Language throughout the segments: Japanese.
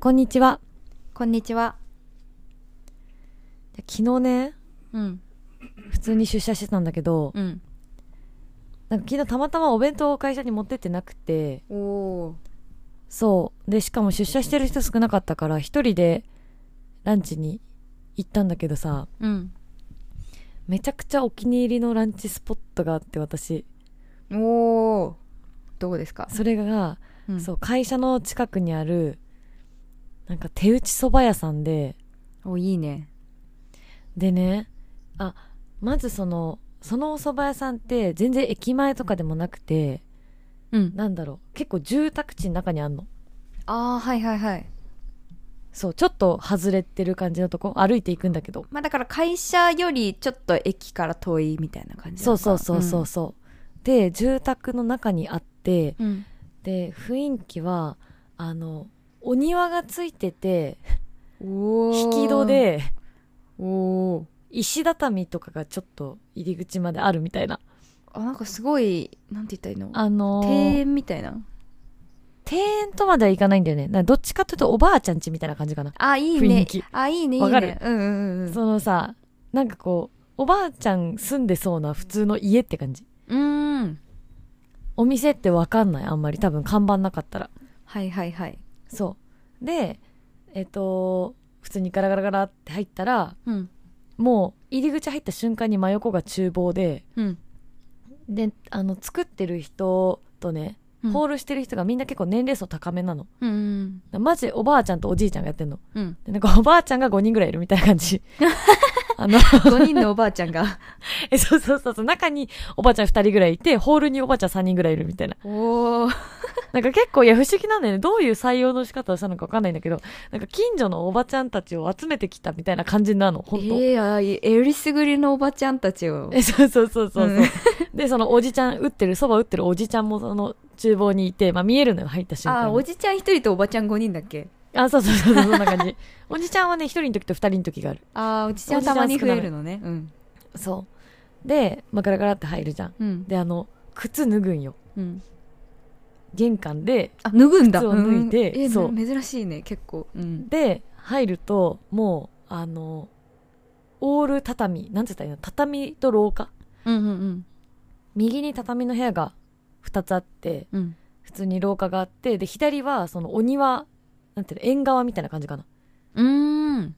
こんにちは。こんにちは。昨日ね、うん。普通に出社してたんだけど、うん。なんか昨日たまたまお弁当を会社に持ってってなくて、おお。そう。で、しかも出社してる人少なかったから、一人でランチに行ったんだけどさ、うん。めちゃくちゃお気に入りのランチスポットがあって、私。おお。どうですか。それが、うんそう、会社の近くにある、なんか手打ち蕎麦屋さんで、おいいね。でね、あ、まずその、そのお蕎麦屋さんって全然駅前とかでもなくて、うん。なんだろう、結構住宅地の中にあんの。ああはいはいはい。そう、ちょっと外れてる感じのとこ、歩いていくんだけど。まあだから会社よりちょっと駅から遠いみたいな感じなそのうかそうそうそう。そう。で、住宅の中にあって、うん。うんで、雰囲気は、あの、お庭がついてて、おお。引き戸。で、おお。石畳とかがちょっと入り口まであるみたいな。あなんかすごいなんて言ったらいいの。あのー庭園みたいな。庭園とまではいかないんだよね。などっちかというとおばあちゃん家みたいな感じかな。あいい雰囲ね気。あいいねいいね。わかるうんうんうんそのさ、なんかこう、おばあちゃん住んでそうな普通の家って感じ。うん。うん。お店ってわかんない、あんまり。多分看板なかったら。はいはいはい。そう。で、えっ、と、普通にガラガラガラって入ったら、うん。もう入り口入った瞬間に真横が厨房で、うん。で、あの、作ってる人とね、ホールしてる人がみんな結構年齢層高めなの。うんうんマジおばあちゃんとおじいちゃんがやってんの。うん。でなんかおばあちゃんが5人ぐらいいるみたいな感じ。あの、五人のおばあちゃ んが。えそうそうそうそう、中におばあちゃん2人ぐらいいて、ホールにおばあちゃん3人ぐらいいるみたいな。おお。なんか結構、いや、不思議なんだよね。どういう採用の仕方をしたのかわかんないんだけど、なんか近所のおばちゃんたちを集めてきたみたいな感じなの、本当 ええやえりすぐりのおばちゃんたちをえ、そうそうそうそうそう、うんで、そのおじちゃん、打ってる、そば打ってるおじちゃんもその厨房にいて、まあ見えるのよ、入った瞬間に。あおじちゃん一人とおばちゃん5人だっけあ、そうそうそうそう、そんな感じ。 おじちゃんはね、一人の時と二人の時がある。あおじちゃんたまに増えるのねうんそう。で、まあ、ガラガラって入るじゃん。うんで、あの、靴脱ぐんよ。うん玄関で、あ脱ぐんだ靴を脱いでうんえそう珍しいね結構うんで、入ると、もう、あの、オール畳、なんて言ったらいいの畳と廊下。うんうん右に畳の部屋が2つあってうん普通に廊下があってで左はそのお庭なんていうの縁側みたいな感じかなうんうん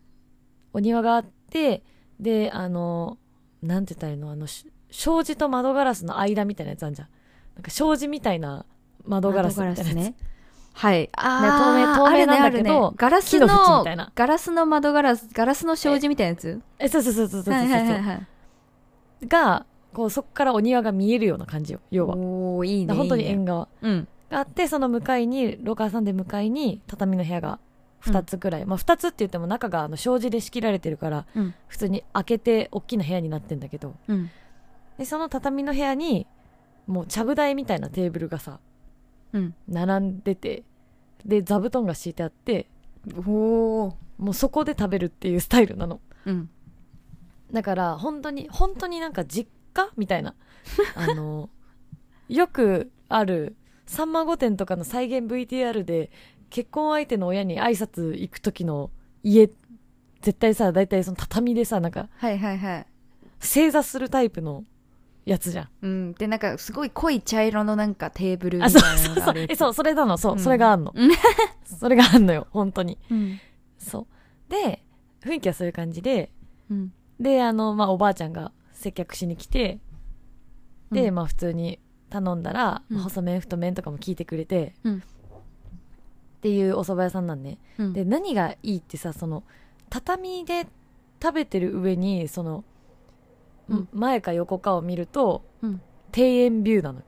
お庭があってであのなんて言ったらいいのあのし障子と窓ガラスの間みたいなやつあるじゃんなんか障子みたいな窓ガラスみたいなやつ、ねはいねあ透ー明透明あるねなんだけどあるねガラス木の縁みのたいなガラスの窓ガラスガラスの障子みたいなやつえそうそうそうそうそうそう、はいはいはいはいがこうそこからお庭が見えるような感じよ要は、おおいいだね本当にいいね縁側うんがあってその向かいに廊下挟んで向かいに畳の部屋が2つくらい、まあ2つって言っても中があの障子で仕切られてるからうん普通に開けて大きな部屋になってんだけどうんでその畳の部屋にもうちゃぶ台みたいなテーブルがさうん並んでてで座布団が敷いてあっておおもうそこで食べるっていうスタイルなのうんだから本当に本当になんか実家みたいな あのよくある「さんま御殿」とかの再現 VTR で結婚相手の親に挨拶行く時の家絶対さ大体その畳でさなんかはいはいはい正座するタイプのやつじゃんうん、でなんかすごい濃い茶色のなんかテーブルみたあ、いそうそうなのがそあるうや。つえ、そう、それなの、そう、うんそれがあんの。 それがあんのよ、本当に。うんそう。で、雰囲気はそういう感じで、うんで、あの、まあ、おばあちゃんが接客しに来て、で、まあ、普通に頼んだら、うんまあ細麺、太麺とかも聞いてくれて、うんっていうお蕎麦屋さんなんね。うんで、何がいいってさ、その、畳で食べてる上に、その、うん前か横かを見ると、うん庭園ビューなのよ。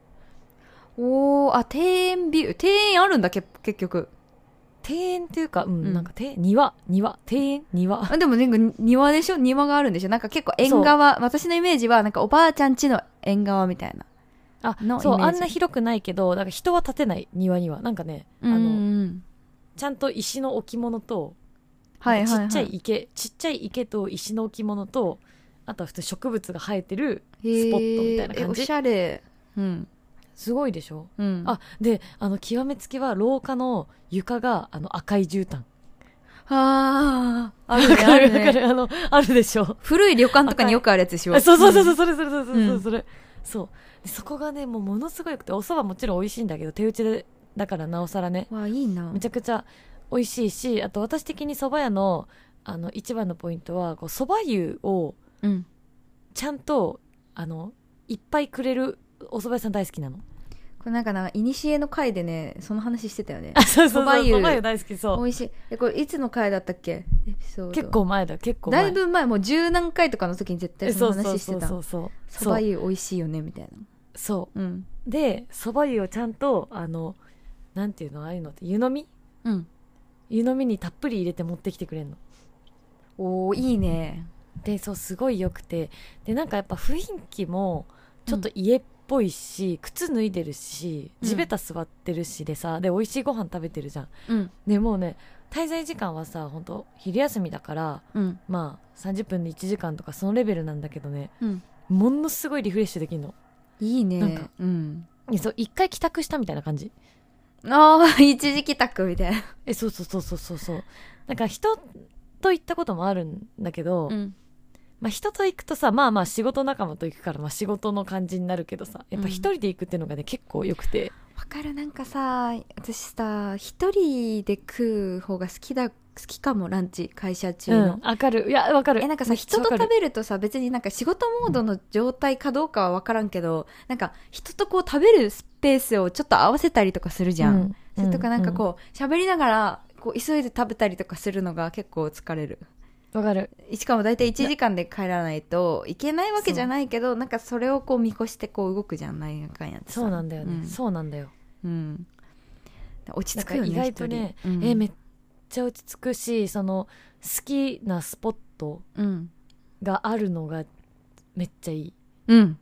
おーあ庭園ビュー庭園あるんだけ結局庭園っていうか、うん、うんなんか庭、庭、庭、庭園、庭。あでもなんか庭でしょ庭があるんでしょなんか結構縁側私のイメージはなんかおばあちゃん家の縁側みたいなあのそうイメーあジんな広くないけどなんか人は立てない庭にはなんかね、ああののちゃんと石の置物と、はいはいなはんかいちっちゃい池ちっちゃい池と石の置物とあとは普通植物が生えてるスポットみたいなへーえ感おじしゃれうんすごいでしょうんあであの極めつきは廊下の床があの赤い絨毯ああ、あるわね、かあるるわかね。る。あの、あるでしょ。古い旅館とかによくあるやつでしょ。あそうそうそうそう、ん。それそれそれそれそれうんそれ。そう。でそこがね、もうものすごい良くて、お蕎麦もちろん美味しいんだけど、手打ちで、だからなおさらね、わあ、いいなめ。ちゃくちゃ美味しいし、あと私的に蕎麦屋の、あの、一番のポイントは、こう、蕎麦湯をうん。ちゃんと、あの、いっぱいくれるお蕎麦屋さん大好きなの。これなんかな、いにしえの回でね、その話してた よね。あ、そうそうそう。蕎麦湯蕎麦湯大好き、そ美味しい。え、これいつの回だったっけエピソーう。ド。結。構前だ、結構前。だいぶ前、もう十何回とかの時に絶対その話してそ。うそたうそうそそう。ばそう湯美味しいよね、みたいな。そうん。う。で、蕎麦湯をちゃんと、あの、なんていうの、ああいうのって、湯飲みうん。湯飲みにたっぷり入れて持ってきてくれるの。おー、いいね。で、そう、すごい良くて。で、なんかやっぱ雰囲気も、ちょっと家っぽいし、靴脱いでるし、うん地べた座ってるしでさ、で、美味しいご飯食べてるじゃん。うん。で、もうね、滞在時間はさ、本当昼休みだから、うん。まあ、30分で1時間とか、そのレベルなんだけどね、うん。ものすごいリフレッシュできるの。いいなんねか。うん。いやそう、一回帰宅したみたいな感じ。ああ、一時帰宅みたいな。えそうそうそうそうそうそうなんか人と行ったこともあるんだけど、ん。まあ、人と行くとさまあまあ仕事仲間と行くから、まあ、仕事の感じになるけどさやっぱ一人で行くっていうのがね、結構よくてわかるなんかさ私さ一人で食う方が好きだ好きかもランチ会社中うのん、わかるいやわかるえなんかさめっちゃ人わとかる食べるとさ別になんか仕事モードの状態かどうかは分からんけどなんか人とこう食べるスペースをちょっと合わせたりとかするじゃん、うんそれとかなんかうこう喋りながらこう急いで食べたりとかするのが結構疲れるんわ、かるしかも大体1時間で帰らないといけないわけじゃないけどなんかそれをこう見越してこう動くじゃんないかんやってさそうなんだよね、うんそうなんだよ、うん、落ち着くよねなんか意外とね一人うんえめっちゃ落ち着くしその好きなスポットうんがあるのがめっちゃいいうん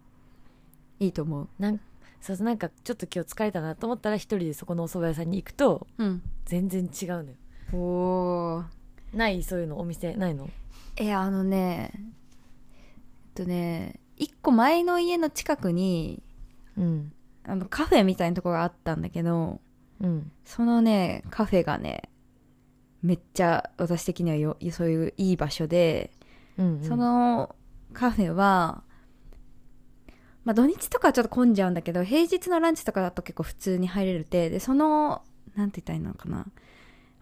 いいと思うなんそうなんかちょっと今日疲れたなと思ったら一人でそこのお蕎麦屋さんに行くとうん全然違うのよおおないそういうのお店ないのえあのねえっとね一個前の家の近くにうんあのカフェみたいなとこがあったんだけどうんそのねカフェがねめっちゃ私的にはよそういういい場所でうんそのカフェは、まあ、土日とかはちょっと混んじゃうんだけど平日のランチとかだと結構普通に入れるてでそのなんて言ったらいいのかな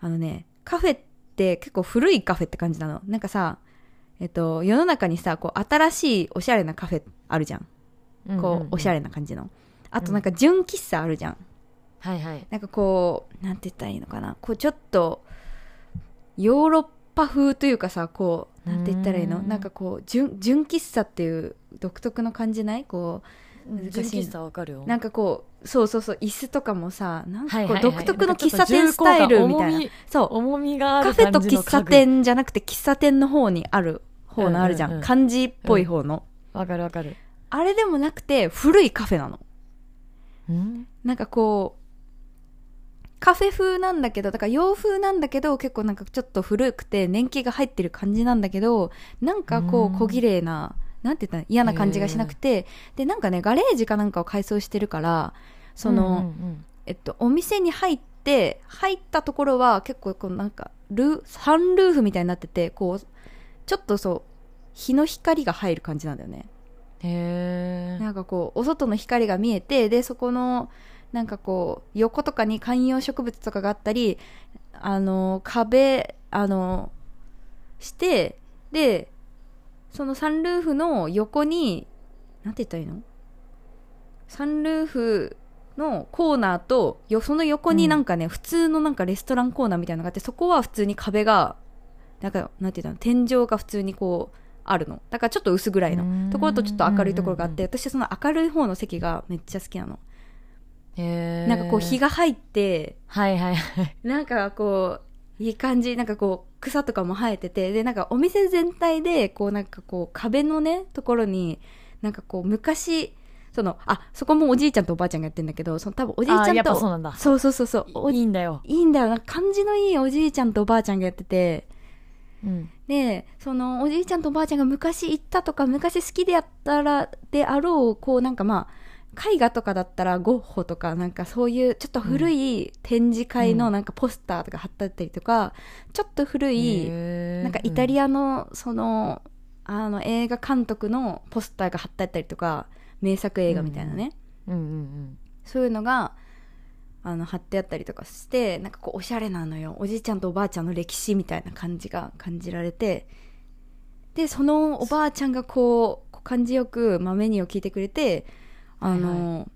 あのねカフェって結構古いカフェって感じなのなんかさえっと世の中にさこう新しいおしゃれなカフェあるじゃんこうおしゃれれな感じのあとなんか純喫茶あるじゃんはいはいなんかこう、なんて言ったらいいのかな。こうちょっと、ヨーロッパ風というかさ、こう、なんて言ったらいいのうんなんかこう、純、純喫茶っていう独特の感じないこ難しい純喫茶わかるよう、なんかこう、そうそうそう、椅子とかもさ、なんかはいこ、はいうはい独特の喫茶店スタイルみたいな。そう。重みがあカるフェ感とじ喫の茶家具店じゃなくて、喫茶店の方にある方のあるじゃん。うんうんうん漢字っぽい方の。わかるわかるあれでもなくて、古いカフェなの。うんなんかこう、カフェ風なんだけど、だから洋風なんだけど、結構なんかちょっと古くて年季が入ってる感じなんだけど、なんかこうんう小綺麗な、なんて言ったら嫌な感じがしなくて、で、なんかね、ガレージかなんかを改装してるから、その、うんえっと、お店に入って、入ったところは結構こうなんか、ルー、サンルーフみたいになってて、こう、ちょっとそう、日の光が入る感じなんだよね。うんへえなんかこうお外の光が見えてでそこのなんかこう横とかに観葉植物とかがあったりあの壁あのしてでそのサンルーフの横になんて言ったらいいのサンルーフのコーナーとよその横になんかね、普通のなんかレストランコーナーみたいなのがあってそこは普通に壁がなんかなんて言ったの天井が普通にこうあるのだからちょっと薄暗いのところとちょっと明るいところがあって、私その明るい方の席がめっちゃ好きなの。へえなんかこう日がが入って、はいはいはいなんかこう、いい感じ、なんかこう草とかも生えてて、でなんかお店全体で、こうなんかこう壁のね、ところに、なんかこう昔、その、あ、そこもおじいちゃんとおばあちゃんがやってんだけど、その多分おじいちあゃーやんっぱそうと、なんだそうそうそうそう、おいいんだよいいんだよ、なんか感じのいいおじいちゃんとおばあちゃんがやってて、うんでそのおじいちゃんとおばあちゃんが昔行ったとか昔好きでやったらであろうこうなんかまあ絵画とかだったらゴッホとかなんかそういうちょっと古い展示会うのんなんかポスターとか貼ってあったりとか、ちょっと古いななんかイタア、リアのその,、あの映画監督のポスターが貼ってあったりとか名作映画みたいなね、うんうんうんそういうのがあの貼ってあったりとかしてなんかこうおしゃれなのよおじいちゃんとおばあちゃんの歴史みたいな感じが感じられてでそのおばあちゃんがこうこう感じよく、まあ、メニューを聞いてくれてあの、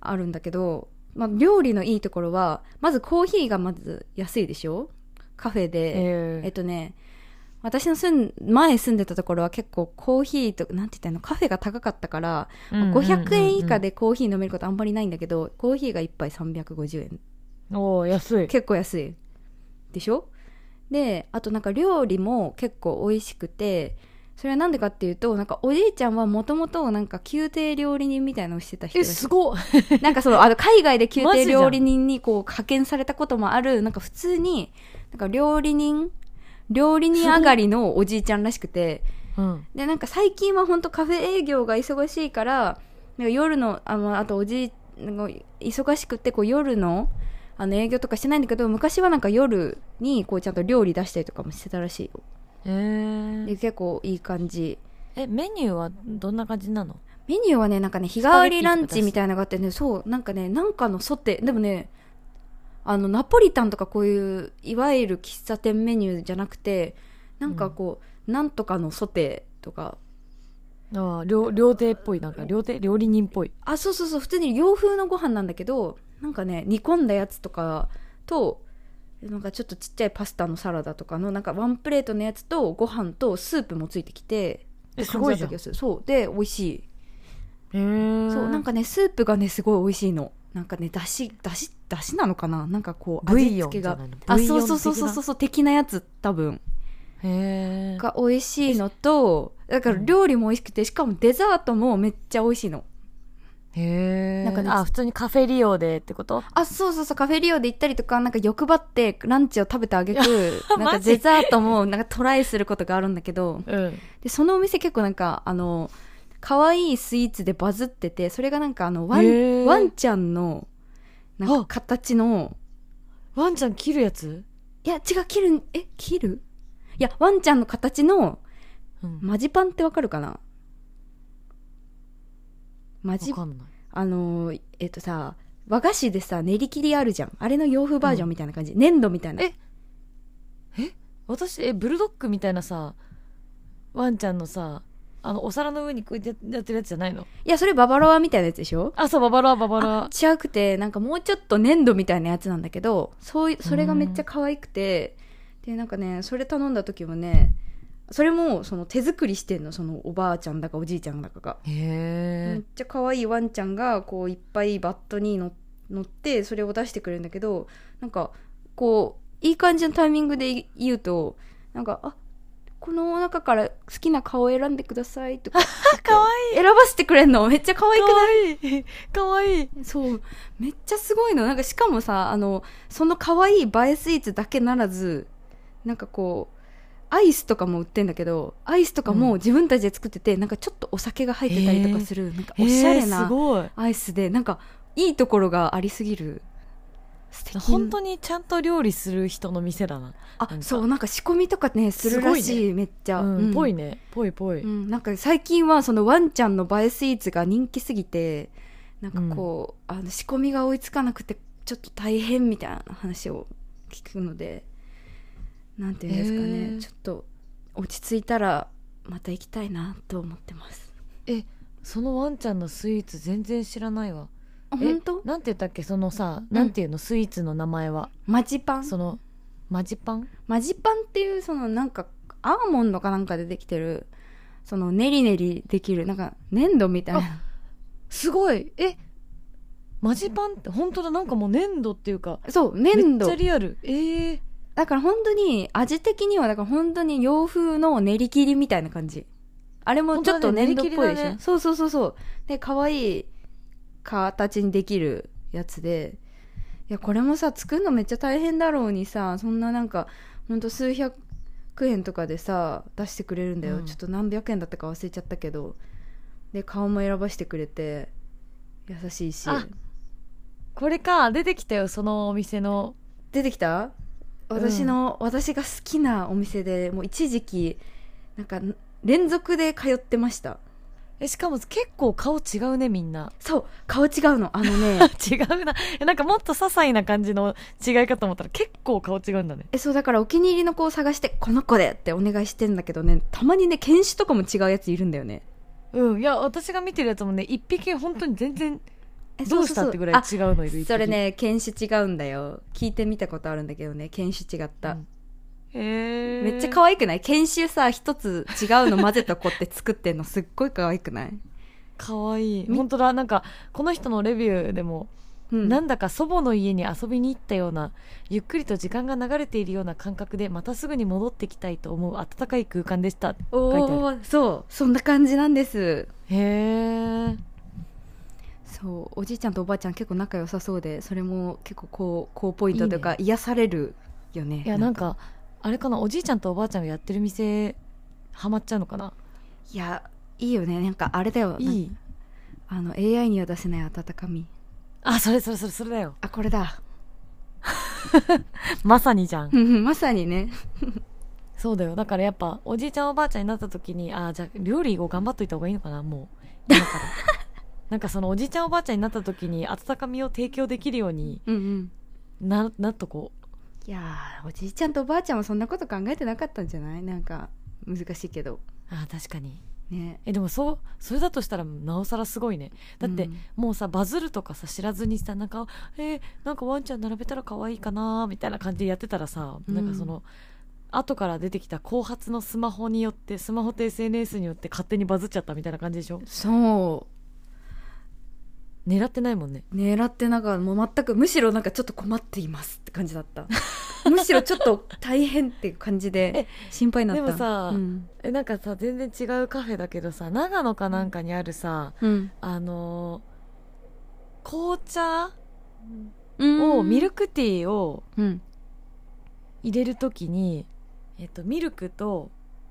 あるんだけど、まあ、料理のいいところはまずコーヒーがまず安いでしょカフェで。ええっとね、私の住ん、前住んでたところは結構コーヒーと、なんて言ったらいいの、カフェが高かったから、500円以下でコーヒー飲めることあんまりないんだけど、コーヒーが1杯350円。おおー安い結構安い。でしょで、あとなんか料理も結構美味しくて、それはなんでかっていうと、なんかおじいちゃんはもともとなんか宮廷料理人みたいなのをしてた人えらしいすごっなんかその、あの、海外で宮マジ廷じゃん料理人にこう、派遣されたこともある、なんか普通に、なんか料理人、料理人上がりのおじいちゃんらしくて、うんで、なんか最近は本当カフェ営業が忙しいから、なんか夜の、あの、あとおじい、なんか忙しくて、こう夜の、あの営業とかしてないんだけど、昔はなんか夜にこうちゃんと料理出したりとかもしてたらしいよ。えーで、結構いい感じ。えメニューはどんな感じなのメニューはね、なんかね、日替わりランチみたいなのがあってね、そう、なんかね、なんかのソテー、でもね、あの、ナポリタンとかこういう、いわゆる喫茶店メニューじゃなくて、なんかこう、なんとかのソテーとか、ああ料料亭っぽいなんか料亭料理人っぽいあ、そうそうそう、普通に洋風のご飯なんだけど、なんかね、煮込んだやつとかと、なんかちょっとちっちゃいパスタのサラダとかの、なんかワンプレートのやつと、ご飯とスープもついてきて、えすごいじゃん感だった気がするそう、で、美味しい。へえそうなんかねスープがねすごい美味しいのなんかねだしだしだしなのかななんかこうブイ味ヨン付けじゃがないのあブイヨそンうそうそうそうそうそう的なやつ多分的なへえが美味しいのとだから料理も美味しくてしかもデザートもめっちゃ美味しいのへえなんかねあ普通にカフェ利用でってことあそうそうそうカフェリオで行ったりとかなんか欲張ってランチを食べてあげくなん かマジデザートもなんかトライすることがあるんだけどうんでそのお店結構なんかあの可愛いスイーツでバズっててそれがなんかあのワへンーワンちゃんのなんかあ形のワンちゃん切るやついや、違う、切るん、え、切るいや、ワンちゃんの形の、うんマジパンってわかるかなマジわ、かんないあのー、えっとさ、和菓子でさ、練り切りあるじゃん。あれの洋風バージョンみたいな感じ。粘土みたいな。え私えブルドッグみたいなさワンちゃんのさあのお皿の上にこうやってやってるやつじゃないのいや、それババロアみたいなやつでしょあそうババロアババロアあ違くて、なんかもうちょっと粘土みたいなやつなんだけど、そういそれがめっちゃ可愛くて、で、なんかね、それ頼んだ時もね、それも、その手作りしてんの、そのおばあちゃんだかおじいちゃんだかが。めへっちゃ可愛いワンちゃんがこういっぱいバットにの乗ってそれを出してくれるんだけどなんかこういい感じのタイミングで言うとなんか「あこの中から好きな顔を選んでください」と かかわ選ばせてくれんのめっちゃ可愛いくないいかわいいかわいいそうめっちゃすごいのなんかしかもさあのその可愛い映えスイーツだけならずなんかこうアイスとかも売ってんだけどアイスとかも自分たちで作ってて、なんかちょっとお酒が入ってたりとかする、なんかおしゃれなへーすごいアイスでなんかいいところがありすぎる素敵本当にちゃんと料理する人の店だなあなんかそうなんか仕込みとかねするらすしごいめっちゃうんうんぽいねぽいぽい、うんなんか最近はそのワンちゃんの映えスイーツが人気すぎてなんかこう、あの仕込みが追いつかなくてちょっと大変みたいな話を聞くのでなんていうんですかね、へーちょっと落ち着いたらまた行きたいなと思ってますそのワンちゃんのスイーツ全然知らないわあえ本当なんて言ったっけそのさうんなんていうの、スイーツの名前はマジパンそのマジパンマジパンっていうそのなんかアーモンドかなんかでできてるそのねりねりできるなんか粘土みたいなすごいえマジパンって本当だなんかもう粘土っていうかそうめっ粘ちゃ土リアルええだから本当に味的にはだから本当に洋風の練り切りみたいな感じあれもちょ本っと当だね粘土っぽい練りでし切りだょ、ねそうそうそうそうで可愛い形にできるやつでいやこれもさ作るのめっちゃ大変だろうにさそんななんかほんと数百円とかでさ出してくれるんだよ、うんちょっと何百円だったか忘れちゃったけどで顔も選ばしてくれて優しいしあこれか出てきたよそのお店の出てきた私の、私が好きなお店でもう一時期なんか連続で通ってましたえしかも結構顔違うねみんなそう顔違うのあの ね 違うなえなんかもっと些細な感じの違いかと思ったら結構顔違うんだねえそうだからお気に入りの子を探してこの子でってお願いしてんだけどねたまにね犬種とかも違うやついるんだよねうんいや私が見てるやつもね一匹本当に全 然えどうしたってぐらいそう違うのいそうそうるあそれね犬種違うんだよ聞いてみたことあるんだけどね犬種違った、へえめっちゃ可愛くない犬種さ一つ違うの混ぜた子って作ってんのすっごい可愛くない、かわいいみ本当だなんかこの人のレビューでも、うん、なんだか祖母の家に遊びに行ったようなゆっくりと時間が流れているような感覚でまたすぐに戻ってきたいと思う温かい空間でした書いてあおーそうそんな感じなんでするへえそうおじいちゃんとおばあちゃん結構仲良さそうでそれも結構こう高ポイントというか癒されるよねいやなんかあれかなおじいちゃんとおばあちゃんがやってる店ハマっちゃうのかないやいいよねなんかあれだよいなんいあの AI には出せない温かみあそれそれそれそれだよあこれだ まさにじゃんうん うんまさにねそうだよだからやっぱおじいちゃんおばあちゃんになった時にあーじゃあ料理を頑張っといた方がいいのかなもう 今からなんかそのおじいちゃんおばあちゃんになった時に温かみを提供できるようにうんうんななっとこういやーおじいちゃんとおばあちゃんもそんなこと考えてなかったんじゃないなんか難しいけどあー確かにねえでもそうそれだとしたらなおさらすごいねだって、うんもうさバズるとかさ知らずにさなんかえーなんかワンちゃん並べたら可愛いかなみたいな感じでやってたらさ、うんなんかその後から出てきた後発のスマホによってスマホと SNS によって勝手にバズっちゃったみたいな感じでしょそう狙ってないもんね狙ってなんかもう全くむしろなんかちょっと困っていますって感じだった むしろちょっと大変っていう感じで心配になったでもさうんえなんかさ全然違うカフェだけどさ長野かなんかにあるさうんあのー紅茶うんをミルクティーをうん入れるときに、えっと、ミルクと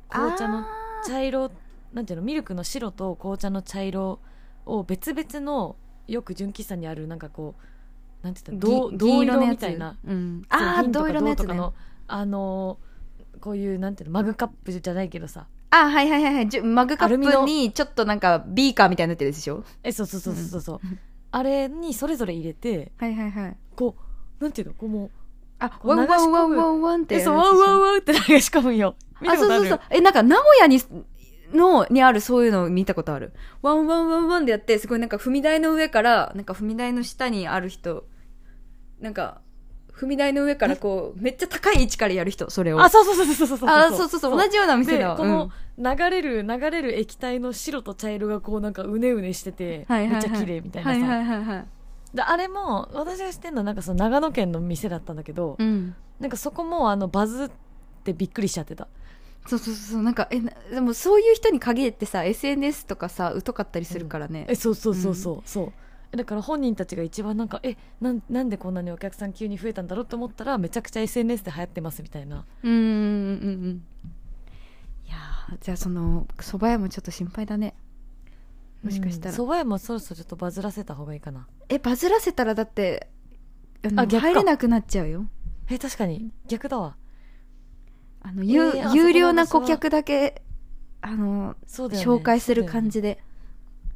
紅茶のあー茶色なんていうのミルクの白と紅茶の茶色を別々のよく純喫茶にあるなんかこうなんて言ったら銅ぎ銅銀色のやみつたいなうんあそうあ銀と銅か色のや銅つとかねのあのーこういうなんていうのマグカップじゃないけどさあーはいはいはいはいじゅマグカアルミッのプにちょっとなんかビーカーみたいになってるでしょえそうそうそうそうそう、うんあれにそれぞれ入れてはいはいはいこうなんていうのこうもうあこうワン流しワ込ンむワンワンワンってえやるそうやつワでウしょワウワウって流し込むんよ見あたこそうとあそるうそうえなんか名古屋にのにあるそういうのを見たことあるワンワンワンワンでやってすごいなんか踏み台の上からなんか踏み台の下にある人なんか踏み台の上からこうめっちゃ高い位置からやる人それをあそうそうそうそうそうそうあそうそうそう同じような店でだわこうんの流れる流れる液体の白と茶色がこうなんかうねうねしててはいめはっいはいちゃ綺麗みたいなはいはさいはいはいであれも私が知ってんのはなんかその長野県の店だったんだけどうんなんかそこもあのバズってびっくりしちゃってたそうそうそうなんかえなでもそういう人に限ってさ SNS とかさ疎かったりするからねえそうそうそうそうそうえだから本人たちが一番なんかえなんなんでこんなにお客さん急に増えたんだろうと思ったらめちゃくちゃ SNS で流行ってますみたいなうんうんうんうんいやーじゃあその蕎麦屋もちょっと心配だねもしかしたうんら蕎麦屋もそろそろちょっとバズらせた方がいいかなえバズらせたらだってあのあ逆か入れなくなっちゃうよえ確かに逆だわあの、有えーあ有料なそこの顧場所は客だけあの、そうだよね紹介する感そうだよねじで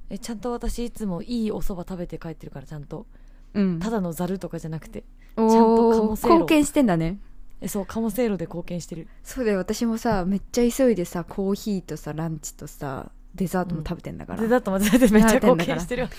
えちゃんと私いつもいいお蕎麦食べて帰ってるからちゃんとうんただのざるとかじゃなくておーちゃんと鴨せいろ貢献してんだねえそう鴨せいろで貢献してるそうだよ私もさめっちゃ急いでさコーヒーとさランチとさデザートも食べてんだから、でだと待って待ってめっちゃ貢献してるわ